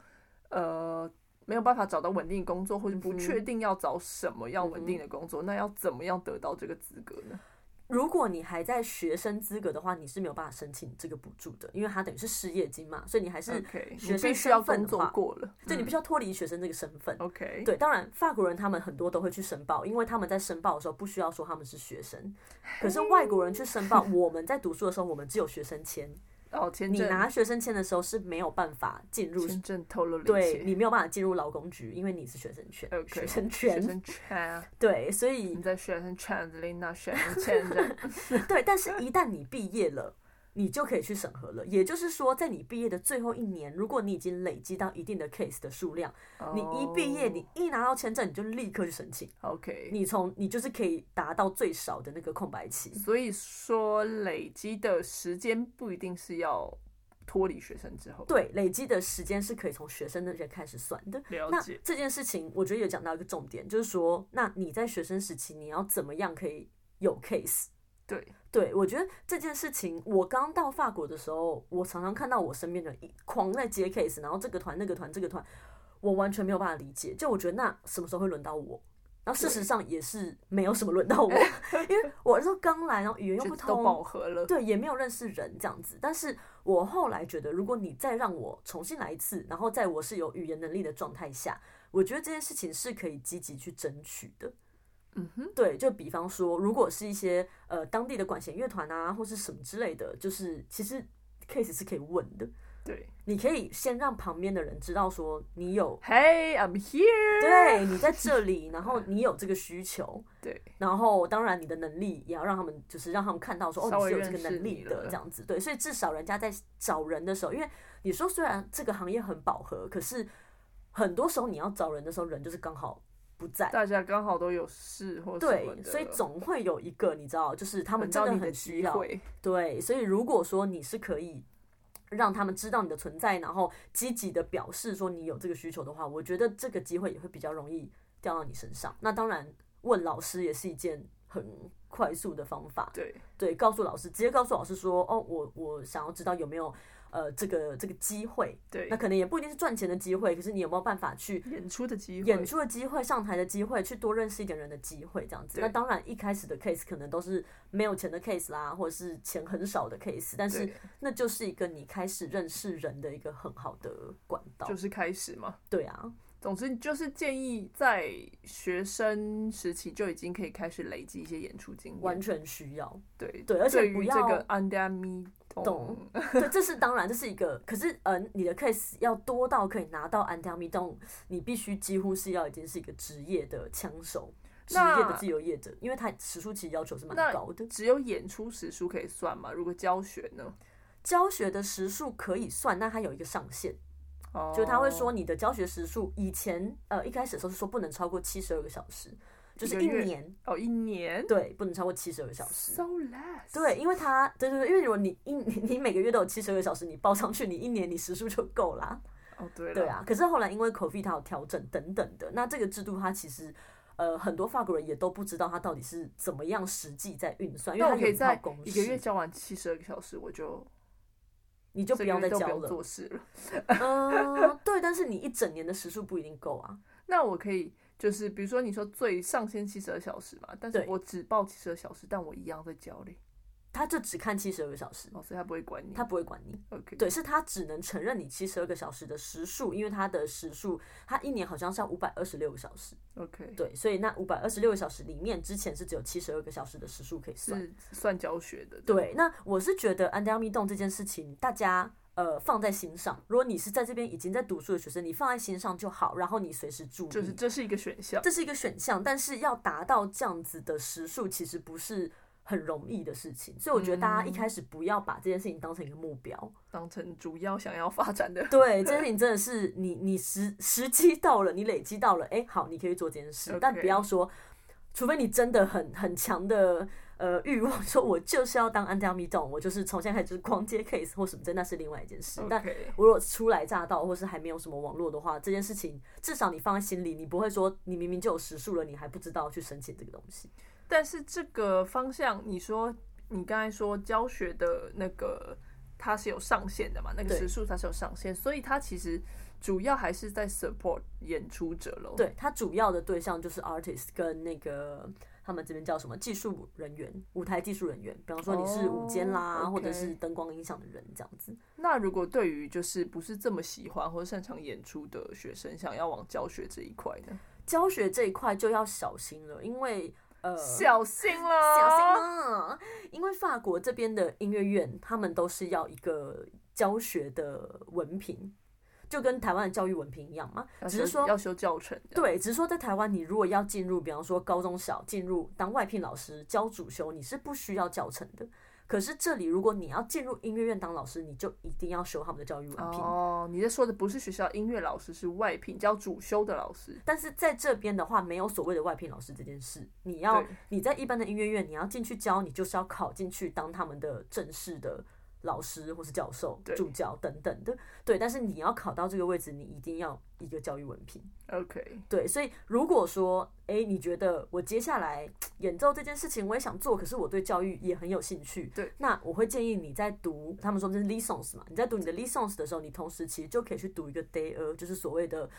Speaker 2: 呃，没有办法找到稳定工作，或者
Speaker 1: 嗯
Speaker 2: 不
Speaker 1: 哼
Speaker 2: 确定要找什么样稳定的工
Speaker 1: 嗯
Speaker 2: 作，那要怎么样得到这个资格呢？
Speaker 1: 如果你还在学生资格的话，你是没有办法申请这个补助的，因为它等于是失业金嘛，所以你还是、
Speaker 2: OK，你
Speaker 1: 学生
Speaker 2: 必须要
Speaker 1: 身份
Speaker 2: 工
Speaker 1: 的
Speaker 2: 作
Speaker 1: 话
Speaker 2: 过了，
Speaker 1: 对你必
Speaker 2: 嗯
Speaker 1: 须要脱离学生这个身份。
Speaker 2: OK，
Speaker 1: 对，当然法国人他们很多都会去申报，因为他们在申报的时候不需要说他们是学生。可是外国人去申报，我们在读书的时候，我们只有学生签，
Speaker 2: 哦，签
Speaker 1: 你
Speaker 2: 证
Speaker 1: 拿学生签的时候是没有办法进入，
Speaker 2: 签证透露了
Speaker 1: 对你没有办法进入劳工局，因为你是学生权
Speaker 2: OK，
Speaker 1: 学生
Speaker 2: 学
Speaker 1: 权，
Speaker 2: 生圈，
Speaker 1: 对，所以
Speaker 2: 你在学生圈子里拿学生签证，
Speaker 1: 对，但是一旦你毕业了。你就可以去审核了，也就是说，在你毕业的最后一年，如果你已经累积到一定的 case 的数量，你一毕业，你一拿到签证，你就立刻去申请。
Speaker 2: 哦 OK，
Speaker 1: 你从你就是可以达到最少的那个空白期。
Speaker 2: 所以说，累积的时间不一定是要脱离学生之后。
Speaker 1: 对，累积的时间是可以从学生那边开始算的。
Speaker 2: 了
Speaker 1: 那
Speaker 2: 解。
Speaker 1: 这件事情，我觉得也讲到一个重点，就是说，那你在学生时期，你要怎么样可以有 case？
Speaker 2: 对，
Speaker 1: 对我觉得这件事情，我刚到法国的时候，我常常看到我身边的人一狂在接 case，然后这个团那个团这个团，我完全没有办法理解。就我觉得那什么时候会轮到我？然后事实上也是没有什么轮到 我，因为我那时候刚来，然后语言又
Speaker 2: 就
Speaker 1: 不
Speaker 2: 都
Speaker 1: 通，
Speaker 2: 饱和了。
Speaker 1: 对，也没有认识人这样子。但是我后来觉得，如果你再让我重新来一次，然后在我是有语言能力的状态下，我觉得这件事情是可以积极去争取的。
Speaker 2: 嗯哼，
Speaker 1: 对，就比方说，如果是一些呃当地的管弦乐团啊，或是什么之类的，就是其实 case 是可以问的。
Speaker 2: 对
Speaker 1: 你可以先让旁边的人知道说你有，
Speaker 2: ，Hey, I'm here。
Speaker 1: 对你在这里，然后你有这个需求，
Speaker 2: 对，
Speaker 1: 然后当然你的能力也要让他们，就是让他们看到说哦，
Speaker 2: 稍
Speaker 1: 你
Speaker 2: 微
Speaker 1: 是有这个
Speaker 2: 认识
Speaker 1: 能力
Speaker 2: 你
Speaker 1: 的
Speaker 2: 了
Speaker 1: 这样子，对，所以至少人家在找人的时候，因为你说虽然这个行业很饱和，可是很多时候你要找人的时候，人就是刚好不在。
Speaker 2: 大家刚好都有事或什么
Speaker 1: 对，
Speaker 2: 的
Speaker 1: 所以总会有一个，你知道，就是他们
Speaker 2: 等
Speaker 1: 真
Speaker 2: 到
Speaker 1: 的
Speaker 2: 你的
Speaker 1: 很需
Speaker 2: 机
Speaker 1: 要。
Speaker 2: 会。
Speaker 1: 对，所以如果说你是可以让他们知道你的存在，然后积极的表示说你有这个需求的话，我觉得这个机会也会比较容易掉到你身上。那当然，问老师也是一件很快速的方法。
Speaker 2: 对，
Speaker 1: 对，告诉老师，直接告诉老师说，哦，我我想要知道有没有呃这个这个机会，
Speaker 2: 对
Speaker 1: 那，可能也不一定是赚钱的机会，可是你有没有办法去
Speaker 2: 演出的机
Speaker 1: 演
Speaker 2: 会，
Speaker 1: 出的机会、上台的机会、去多认识一点人的机会，这样子。
Speaker 2: 对
Speaker 1: 那当然，一开始的 case 可能都是没有钱的 case 啦，或者是钱很少的 case，但是
Speaker 2: 对，
Speaker 1: 那就是一个你开始认识人的一个很好的管道。
Speaker 2: 就是开始嘛。
Speaker 1: 对啊，
Speaker 2: 总之就是建议在学生时期就已经可以开始累积一些演出经
Speaker 1: 完
Speaker 2: 验。
Speaker 1: 全需要。
Speaker 2: 对
Speaker 1: 对而且
Speaker 2: 对
Speaker 1: 不
Speaker 2: 于
Speaker 1: 要
Speaker 2: 这个 under me
Speaker 1: 懂对，这是当然，这是一个。可是，呃，你的 case 要多到可以拿到 a n d a m i d o n 你必须几乎是要已经是一个职业的枪手。职
Speaker 2: 那
Speaker 1: 业的自由业者，因为他时数其实要求是蛮
Speaker 2: 那
Speaker 1: 高的。
Speaker 2: 只有演出时数可以算嘛？如果教学呢？
Speaker 1: 教学的时数可以算，那它有一个上限。
Speaker 2: 哦
Speaker 1: 就他会说你的教学时数以前呃一开始的时候是说不能超过七十二个小时，就是
Speaker 2: 一
Speaker 1: 一
Speaker 2: 个月
Speaker 1: 年
Speaker 2: 哦，一年
Speaker 1: 对不能超过七十二个小时。
Speaker 2: so less。
Speaker 1: 对，，因为他对对对，因为如果你一 你你每个月都有七十二个小时，你报上去，你一年你时数就够啦。
Speaker 2: 哦对了，
Speaker 1: 对，啊，可是后来因为 COVID 它有调整等等的，那这个制度它其实。呃，很多法国人也都不知道它到底是怎么样实际在运算，因
Speaker 2: 那
Speaker 1: 为它
Speaker 2: 我可
Speaker 1: 有
Speaker 2: 以
Speaker 1: 套
Speaker 2: 在
Speaker 1: 公式，
Speaker 2: 一个月教完七十二个小时，我就
Speaker 1: 你就
Speaker 2: 这
Speaker 1: 不
Speaker 2: 个
Speaker 1: 要
Speaker 2: 月
Speaker 1: 再
Speaker 2: 都
Speaker 1: 交
Speaker 2: 不用
Speaker 1: 了。
Speaker 2: 做事了。
Speaker 1: 嗯、对，但是你一整年的时数不一定够啊。
Speaker 2: 那我可以就是比如说你说最上限七十二小时嘛，但是
Speaker 1: 对
Speaker 2: 我只报七十二小时，但我一样在教嘞，
Speaker 1: 他就只看七十二个小时，
Speaker 2: 哦，所以他不会管你。
Speaker 1: 他不会管你。
Speaker 2: OK，
Speaker 1: 对，是他只能承认你七十二个小时的时数，因为他的时数，他一年好像是要五百二十六个小时，
Speaker 2: ，OK，
Speaker 1: 对，所以那五百二十六个小时里面，之前是只有七十二个小时的时数可以算。
Speaker 2: 是算教学的。
Speaker 1: 对，那我是觉得安德 d 动这件事情，大家呃放在心上。如果你是在这边已经在读书的学生，你放在心上就好，然后你随时注意，
Speaker 2: 就是这是一个选项。
Speaker 1: 这是一个选项，但是要达到这样子的时数，其实不是很容易的事情。所以我觉得大家
Speaker 2: 嗯
Speaker 1: 一开始不要把这件事情当成一个目标。
Speaker 2: 当成主要想要发展的。
Speaker 1: 对，这件事情真的是你你时时机到了，你累积到了，哎、好，你可以做这件事
Speaker 2: OK
Speaker 1: 但不要说，除非你真的很很强的呃欲望，说我就是要当 Under Me d o n 我就是从现在开始就是逛街 case 或什么，这 那是另外一件事。但
Speaker 2: OK，
Speaker 1: 我如果初来乍到，或是还没有什么网络的话，这件事情至少你放在心里，你不会说你明明就有时数了，你还不知道去申请这个东西。
Speaker 2: 但是这个方向，你说你刚才说教学的那个它是有上限的嘛？那个
Speaker 1: 对
Speaker 2: 时数它是有上限，所以它其实主要还是在 support 演出者喽。，
Speaker 1: 对，它主要的对象就是 artist 跟那个他们这边叫什么技术人员，舞台技术人员。比方说你是舞监啦
Speaker 2: 哦，OK
Speaker 1: 或者是灯光音响的人这样子。
Speaker 2: 那如果对于就是不是这么喜欢或者擅长演出的学生，想要往教学这一块呢，
Speaker 1: 教学这一块就要小心了，因为呃，
Speaker 2: 小心了，
Speaker 1: 小心啊！因为法国这边的音乐院，他们都是要一个教学的文凭，就跟台湾的教育文凭一样嘛。
Speaker 2: 要
Speaker 1: 只
Speaker 2: 修
Speaker 1: 是说
Speaker 2: 要修教程，，
Speaker 1: 对，只是说在台湾，你如果要进入，比方说高中小进入当外聘老师教主修，你是不需要教程的。可是这里，如果你要进入音乐院当老师，你就一定要修他们的教育文凭。
Speaker 2: 哦，你在说的不是学校音乐老师，是外聘教主修的老师。
Speaker 1: 但是在这边的话，没有所谓的外聘老师这件事。你要
Speaker 2: 对
Speaker 1: 你在一般的音乐院，你要进去教，你就是要考进去当他们的正式的老师或是教授
Speaker 2: 对、
Speaker 1: 助教等等的。对，但是你要考到这个位置，你一定要一个教育文凭。
Speaker 2: OK，
Speaker 1: 对，所以如果说，诶，你觉得我接下来演奏这件事情我也想做，可是我对教育也很有兴趣，
Speaker 2: 对，
Speaker 1: 那我会建议你在读他们说这是 l i c e n s e 嘛，你在读你的 l i c e n s e 的时候，你同时其实就可以去读一个 day 呃，就是所谓的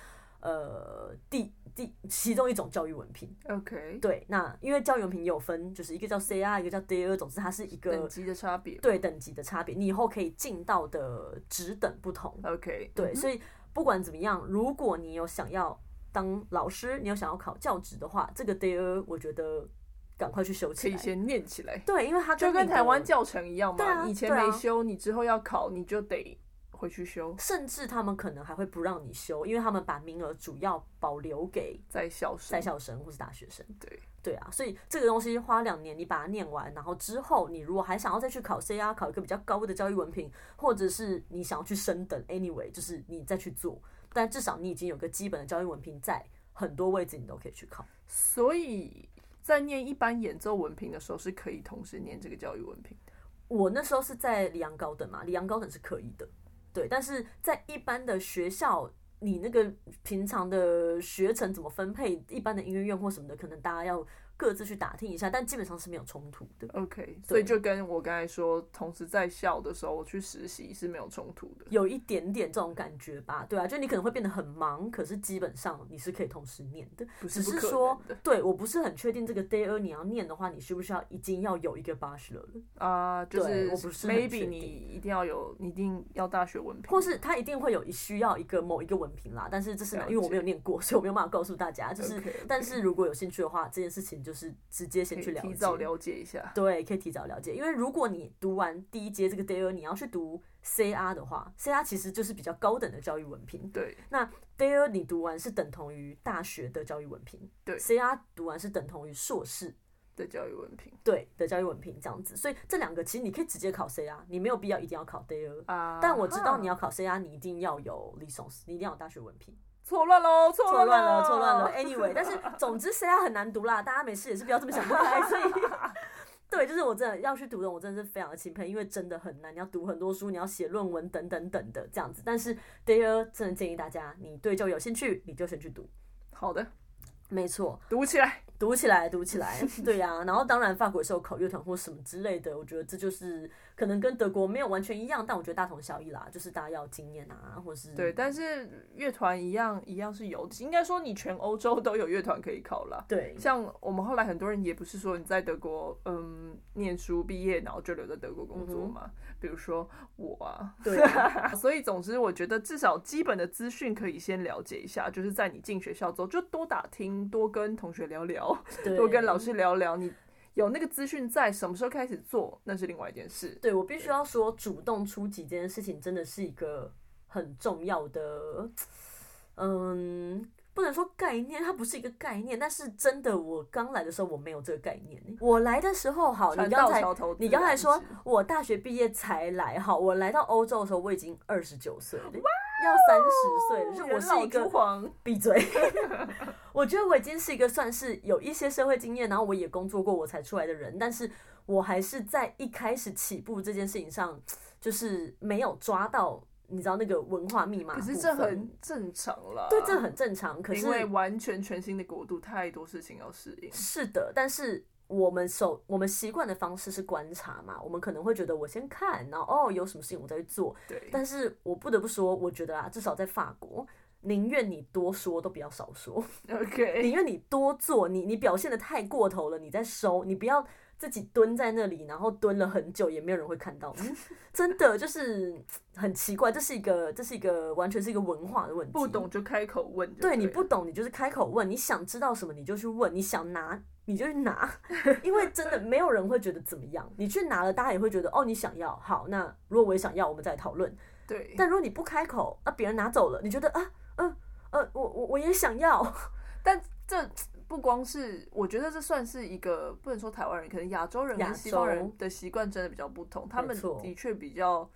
Speaker 1: 呃第第其中一种教育文凭。
Speaker 2: OK，
Speaker 1: 对，那因为教育文凭也有分，就是一个叫啊 CR，一个叫 DR，总之它是一
Speaker 2: 等
Speaker 1: 个
Speaker 2: 级的差别。
Speaker 1: 对等级的差别，你以后可以进到的职等不同。
Speaker 2: OK，
Speaker 1: 对，
Speaker 2: 嗯
Speaker 1: 所以不管怎么样，如果你有想要当老师，你有想要考教职的话，这个 DR 我觉得赶快去修
Speaker 2: 可
Speaker 1: 起
Speaker 2: 以
Speaker 1: 来。
Speaker 2: 先念起来，
Speaker 1: 对，因为它
Speaker 2: 就
Speaker 1: 跟
Speaker 2: 跟
Speaker 1: 你的
Speaker 2: 台湾教程一样
Speaker 1: 对啊
Speaker 2: 嘛。你以前
Speaker 1: 对啊
Speaker 2: 没修，你之后要考，你就得回去修，
Speaker 1: 甚至他们可能还会不让你修，因为他们把名额主要保留给
Speaker 2: 在校生
Speaker 1: 在。校生或是大学生。
Speaker 2: 对
Speaker 1: 对啊，所以这个东西花两年你把它念完，然后之后你如果还想要再去考 CR，考一个比较高的教育文凭，或者是你想要去升等，anyway，就是你再去做，但至少你已经有个基本的教育文凭在，很多位置你都可以去考。
Speaker 2: 所以在念一般演奏文凭的时候，是可以同时念这个教育文凭的。
Speaker 1: 我那时候是在里昂高等嘛，里昂高等是可以的，对，但是在一般的学校。你那个平常的学程怎么分配？一般的音乐院或什么的，可能大家要各自去打听一下，但基本上是没有冲突的。
Speaker 2: OK，所以就跟我刚才说，同时在校的时候去实习是没有冲突的。
Speaker 1: 有一点点这种感觉吧，对啊，就你可能会变得很忙，可是基本上你是可以同时念的，
Speaker 2: 不
Speaker 1: 只
Speaker 2: 是不
Speaker 1: 是
Speaker 2: 可
Speaker 1: 说
Speaker 2: 能的，
Speaker 1: 对我不是很确定这个 day 二你要念的话，你需不需要已经要有一个 bachelor 了，
Speaker 2: 啊、就
Speaker 1: 对
Speaker 2: 是
Speaker 1: 我不是很确
Speaker 2: maybe
Speaker 1: 定
Speaker 2: 你一定要有，你一定要大学文凭，
Speaker 1: 或是他一定会有需要一个某一个文凭啦，但是这是哪
Speaker 2: 了解
Speaker 1: 因为我没有念过，所以我没有办法告诉大家，就是
Speaker 2: OK，OK
Speaker 1: 但是如果有兴趣的话，这件事情就是直接
Speaker 2: 可
Speaker 1: 先
Speaker 2: 以
Speaker 1: 去了
Speaker 2: 提早
Speaker 1: 解。
Speaker 2: 了解一下。
Speaker 1: 对，可以提早了解，因为如果你读完第一阶这个 day 二，你要去读 CR 的话，CR 其实就是比较高等的教育文凭，
Speaker 2: 对，
Speaker 1: d a 你读完是等同于大学的教育文凭，
Speaker 2: 对
Speaker 1: ，CR 读完是等同于硕士
Speaker 2: 的教育文凭
Speaker 1: 对的教育文凭这样子，所以这两个其实你可以直接考 CR，你没有必要一定要考 d a
Speaker 2: 啊。
Speaker 1: 但我知道你要考 CR，你一定要有 licence，你一定要有大学文凭。
Speaker 2: 错乱喽，错
Speaker 1: 错乱
Speaker 2: 了，
Speaker 1: 了，错乱了。Anyway，但是总之 CR 很难读啦，大家没事也是不要这么想不开。 所以，对，就是我真的要去读的，我真的是非常的钦佩，因为真的很难，你要读很多书，你要写论文等等等的这样子。但是 d a 真的建议大家，你对教育有兴趣，你就先去读。
Speaker 2: 好的，
Speaker 1: 没错，
Speaker 2: 读起来。
Speaker 1: 读起来，读起来，对呀、然后当然，法国也是有考乐团或什么之类的，我觉得这就是可能跟德国没有完全一样，但我觉得大同小异啦，就是大家要有经验啊，或是
Speaker 2: 对，但是乐团一样一样是有，应该说你全欧洲都有乐团可以考啦。
Speaker 1: 对
Speaker 2: 像我们后来很多人也不是说你在德国，嗯，念书毕业然后就留在德国工作嘛，比如说我啊，
Speaker 1: 嗯对啊、
Speaker 2: 所以总之我觉得至少基本的资讯可以先了解一下，就是在你进学校之后就多打听，多跟同学聊聊，
Speaker 1: 对，
Speaker 2: 多跟老师聊聊，你有那个资讯在，什么时候开始做那是另外一件事。
Speaker 1: 对我必须要说，主动出击这件事情真的是一个很重要的，嗯，不能说概念，它不是一个概念，但是真的，我刚来的时候我没有这个概念。我来的时候，好，哦你
Speaker 2: 船
Speaker 1: 刚
Speaker 2: 到
Speaker 1: 才
Speaker 2: 桥头啊自
Speaker 1: 你刚才
Speaker 2: 然
Speaker 1: 说
Speaker 2: 直
Speaker 1: 我大学毕业才来，哈，我来到欧洲的时候我已经二十九岁了，要三十岁了，就是我
Speaker 2: 哦人
Speaker 1: 是
Speaker 2: 老
Speaker 1: 一个
Speaker 2: 珠黄，
Speaker 1: 闭嘴。 我觉得我已经是一个算是有一些社会经验，然后我也工作过，我才出来的人，但是我还是在一开始起步这件事情上，就是没有抓到，你知道那个文化密码
Speaker 2: 可
Speaker 1: 部分。
Speaker 2: 是这很正常啦。
Speaker 1: 啊对，这很正常。可是
Speaker 2: 因为完全全新的国度，太多事情要适应。
Speaker 1: 是的，但是我们手我们习惯的方式是观察嘛，我们可能会觉得我先看，然后哦有什么事情我再去做。
Speaker 2: 对，
Speaker 1: 但是我不得不说，我觉得啊，至少在法国，宁愿你多说都不要少说。
Speaker 2: OK，
Speaker 1: 宁愿你多做，你你表现的太过头了，你在收，你不要自己蹲在那里，然后蹲了很久也没有人会看到 你，真的就是很奇怪，这是一个这是一个完全是一个文化的问题，
Speaker 2: 不懂就开口问就
Speaker 1: 对
Speaker 2: 了
Speaker 1: 你不懂，你就是开口问，你想知道什么你就去问，你想拿你就去 拿，因为真的没有人会觉得怎么样，你去拿了，大家也会觉得哦你想要，好，那如果我也想要，我们再来讨论，
Speaker 2: 对，
Speaker 1: 但如果你不开口，那、别人拿走了，你觉得啊嗯呃我我我也想要，
Speaker 2: 但这不光是，我觉得这算是一个不能说台湾人，可能亚洲人
Speaker 1: 亚
Speaker 2: 跟西方
Speaker 1: 洲
Speaker 2: 人的习惯真的比较不同，他们
Speaker 1: 错
Speaker 2: 的确比较。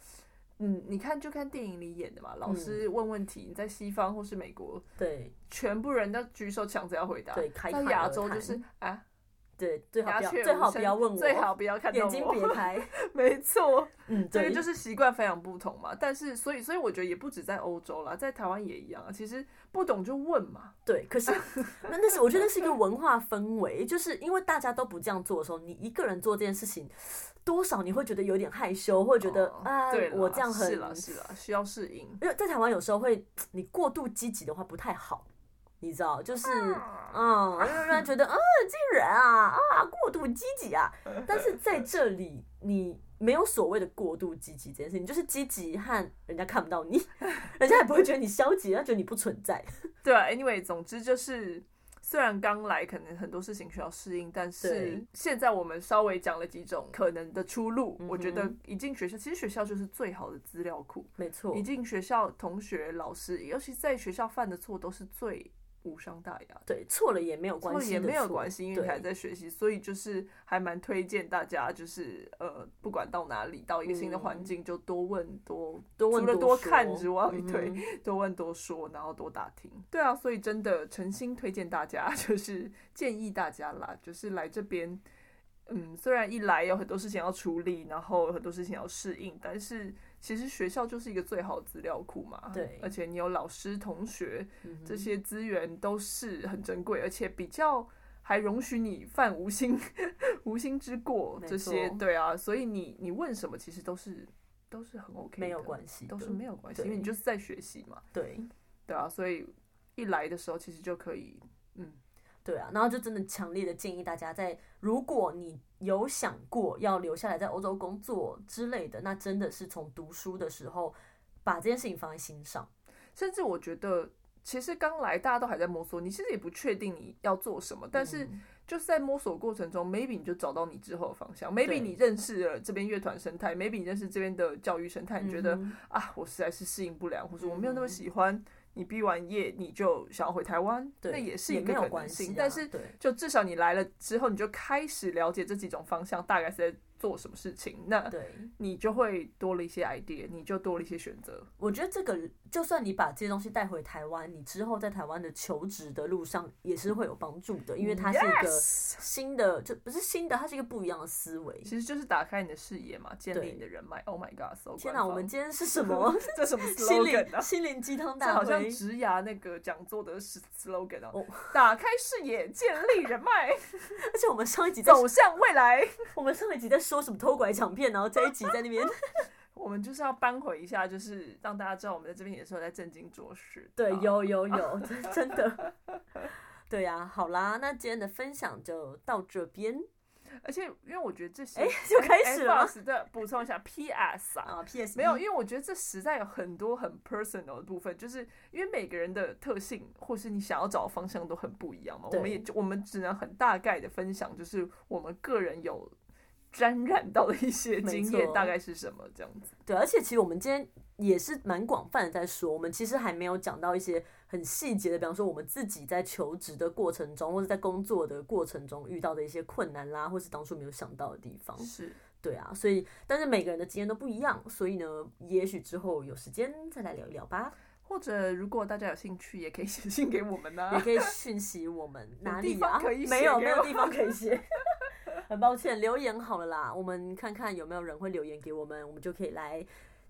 Speaker 2: 嗯，你看就看电影里演的嘛，
Speaker 1: 嗯
Speaker 2: 老师问问题，你在西方或是美国，
Speaker 1: 对
Speaker 2: 全部人都举手抢着要回答。
Speaker 1: 对，开
Speaker 2: 在
Speaker 1: 口
Speaker 2: 亚洲就是啊，
Speaker 1: 对，最好
Speaker 2: 鸦
Speaker 1: 不要
Speaker 2: 雀
Speaker 1: 最
Speaker 2: 无
Speaker 1: 好不
Speaker 2: 声
Speaker 1: 要问我，
Speaker 2: 最好不要看到
Speaker 1: 眼睛
Speaker 2: 我。
Speaker 1: 别开。
Speaker 2: 没错，
Speaker 1: 嗯，
Speaker 2: 这
Speaker 1: 对，
Speaker 2: 个就是是习惯非常不同嘛。但是，所以，所以我觉得也不止在欧洲啦，在台湾也一样啊。其实不懂就问嘛。
Speaker 1: 对。 可是那那是我觉得那是一个文化氛围，就是因为大家都不这样做的时候，你一个人做这件事情，多少你会觉得有点害羞，或者觉得
Speaker 2: 哦
Speaker 1: 啊
Speaker 2: 对，啦
Speaker 1: 我这样
Speaker 2: 是
Speaker 1: 很。
Speaker 2: 啦是啦，需要适应。
Speaker 1: 因为在台湾有时候会，你过度积极的话不太好，你知道，就是嗯，让人觉得啊，这人啊啊过度积极 啊。但是在这里，你没有所谓的过度积极这件事情，就是积极和人家看不 到你，人家也不会觉得你消极，他觉得你不存在。
Speaker 2: 对啊，anyway，总之就是，虽然刚来可能很多事情需要适应，但是
Speaker 1: 对
Speaker 2: 现在我们稍微讲了几种可能的出路。
Speaker 1: 嗯哼
Speaker 2: 我觉得一进学校，其实学校就是最好的资料库。
Speaker 1: 没错
Speaker 2: 一，进学校，同学、老师，尤其在学校犯的错都是最无伤大雅的。
Speaker 1: 对，错了也没有关
Speaker 2: 错
Speaker 1: 系，
Speaker 2: 也没有关。系，因为你
Speaker 1: 对
Speaker 2: 还在学习，所以就是还蛮推荐大家，就是呃，不管到哪里，到一个新的环
Speaker 1: 嗯
Speaker 2: 境，就多问多
Speaker 1: 多问
Speaker 2: 除了
Speaker 1: 多
Speaker 2: 多看
Speaker 1: 说
Speaker 2: 之外，
Speaker 1: 嗯
Speaker 2: 对，多问多说，然后多打听。对啊，所以真的诚心推荐大家， 就是建议大家啦，就是来这边，嗯，虽然一来有很多事情要处理，然后有很多事情要适应，但是其实学校就是一个最好的资料库嘛。
Speaker 1: 对
Speaker 2: 而且你有老师、同学
Speaker 1: 嗯哼
Speaker 2: 这些资源都是很珍贵，而且比较。还容许你犯无心 无心之过，
Speaker 1: 没
Speaker 2: 这些
Speaker 1: 错
Speaker 2: 对啊，所以你你问什么其实都是都是很 OK，
Speaker 1: 没有
Speaker 2: 的
Speaker 1: 关系的，
Speaker 2: 都是没有关系，
Speaker 1: 对
Speaker 2: 因为你就是在学习嘛，
Speaker 1: 对
Speaker 2: 对啊，所以一来的时候其实就可以，嗯，
Speaker 1: 对啊，然后就真的强烈的建议大家在，如果你有想过要留下来在欧洲工作之类的，那真的是从读书的时候把这件事情放在心上。
Speaker 2: 甚至我觉得其实刚来大家都还在摸索，你其实也不确定你要做什么，但是
Speaker 1: 嗯
Speaker 2: 就是在摸索过程中，maybe 你就找到你之后的方向，maybe
Speaker 1: 对
Speaker 2: 你认识了这边乐团生态，maybe 你认识这边的教育生态，你觉得、
Speaker 1: 嗯哼
Speaker 2: 啊，我实在是适应不良，或者我没有那么
Speaker 1: 嗯
Speaker 2: 喜欢。你毕完业你就想要回台湾，
Speaker 1: 对
Speaker 2: 那也是一
Speaker 1: 也
Speaker 2: 个
Speaker 1: 没有
Speaker 2: 可
Speaker 1: 关
Speaker 2: 能
Speaker 1: 系
Speaker 2: 性。
Speaker 1: 啊、
Speaker 2: 但是
Speaker 1: 对
Speaker 2: 就至少你来了之后，你就开始了解这几种方向大概是在做什么事情，那
Speaker 1: 对，
Speaker 2: 你就会多了一些 idea，你就多了一些选择。
Speaker 1: 我觉得这个就算你把这些东西带回台湾，你之后在台湾的求职的路上也是会有帮助的，因为它是一个
Speaker 2: 嗯 Yes！
Speaker 1: 新的，就不是新的，它是一个不一样的思维。
Speaker 2: 其实就是打开你的视野嘛，建立
Speaker 1: 对
Speaker 2: 你的人脉。Oh my god！
Speaker 1: 天
Speaker 2: 哪，
Speaker 1: 哪，我们今天是什 么
Speaker 2: 这什么
Speaker 1: 心
Speaker 2: slogan
Speaker 1: 灵
Speaker 2: 啊？
Speaker 1: 心灵鸡汤
Speaker 2: 这
Speaker 1: 大
Speaker 2: 好
Speaker 1: 会？
Speaker 2: 像植牙那个讲座的 s- slogan 啊
Speaker 1: 哦
Speaker 2: 打开视野，建立人脉，
Speaker 1: 而且我们上一集在
Speaker 2: 走向未来。
Speaker 1: 我们上一集在说什么偷拐抢骗，然后这一集在那 边
Speaker 2: 我们就是要扳回一下，就是让大家知道我们在这边也是有在正经做事。啊
Speaker 1: 对，有有有，真真 的，对呀、好啦，那今天的分享就到这边
Speaker 2: 而且因为我觉得这些
Speaker 1: 哎就 开始了吗
Speaker 2: Xbox 的补充一下 PS 啊，
Speaker 1: 啊。P.S.
Speaker 2: 没有，因为我觉得这实在有很多很 personal 的部分，就是因为每个人的特性或是你想要找的方向都很不一样嘛。我
Speaker 1: 对
Speaker 2: 们也就我们只能很大概的分享，就是我们个人有沾染到的一些
Speaker 1: 没
Speaker 2: 经验，
Speaker 1: 错
Speaker 2: 大概是什么这样子。
Speaker 1: 对，而且其实我们今天也是蛮广泛的在说，我们其实还没有讲到一些很细节的，比方说我们自己在求职的过程中，或者在工作的过程中遇到的一些困难啦，或是当初没有想到的地方。
Speaker 2: 是，
Speaker 1: 对啊，所以但是每个人的经验都不一样，所以呢，也许之后有时间再来聊一聊吧。
Speaker 2: 或者如果大家有兴趣，也可以写信给我们呢、啊
Speaker 1: 也可以讯息我们哪里
Speaker 2: 地方
Speaker 1: 啊？
Speaker 2: 可以写
Speaker 1: 没有
Speaker 2: 给
Speaker 1: 没有
Speaker 2: 我
Speaker 1: 地方可以 写，很抱歉，留言好了啦，我们看看有没有人会留言给我们，我们就可以来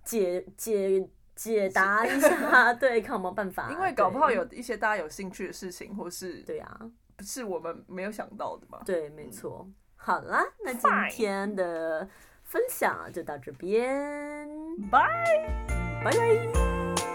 Speaker 1: 解解解答一下，对，看有没有办法，
Speaker 2: 因为搞不好
Speaker 1: 啊对
Speaker 2: 有一些大家有兴趣的事情，或是
Speaker 1: 对啊，
Speaker 2: 是我们没有想到的嘛。
Speaker 1: 对，没错。好啦，那今
Speaker 2: Fine
Speaker 1: 天的分享就到这边，
Speaker 2: 拜。
Speaker 1: 拜拜。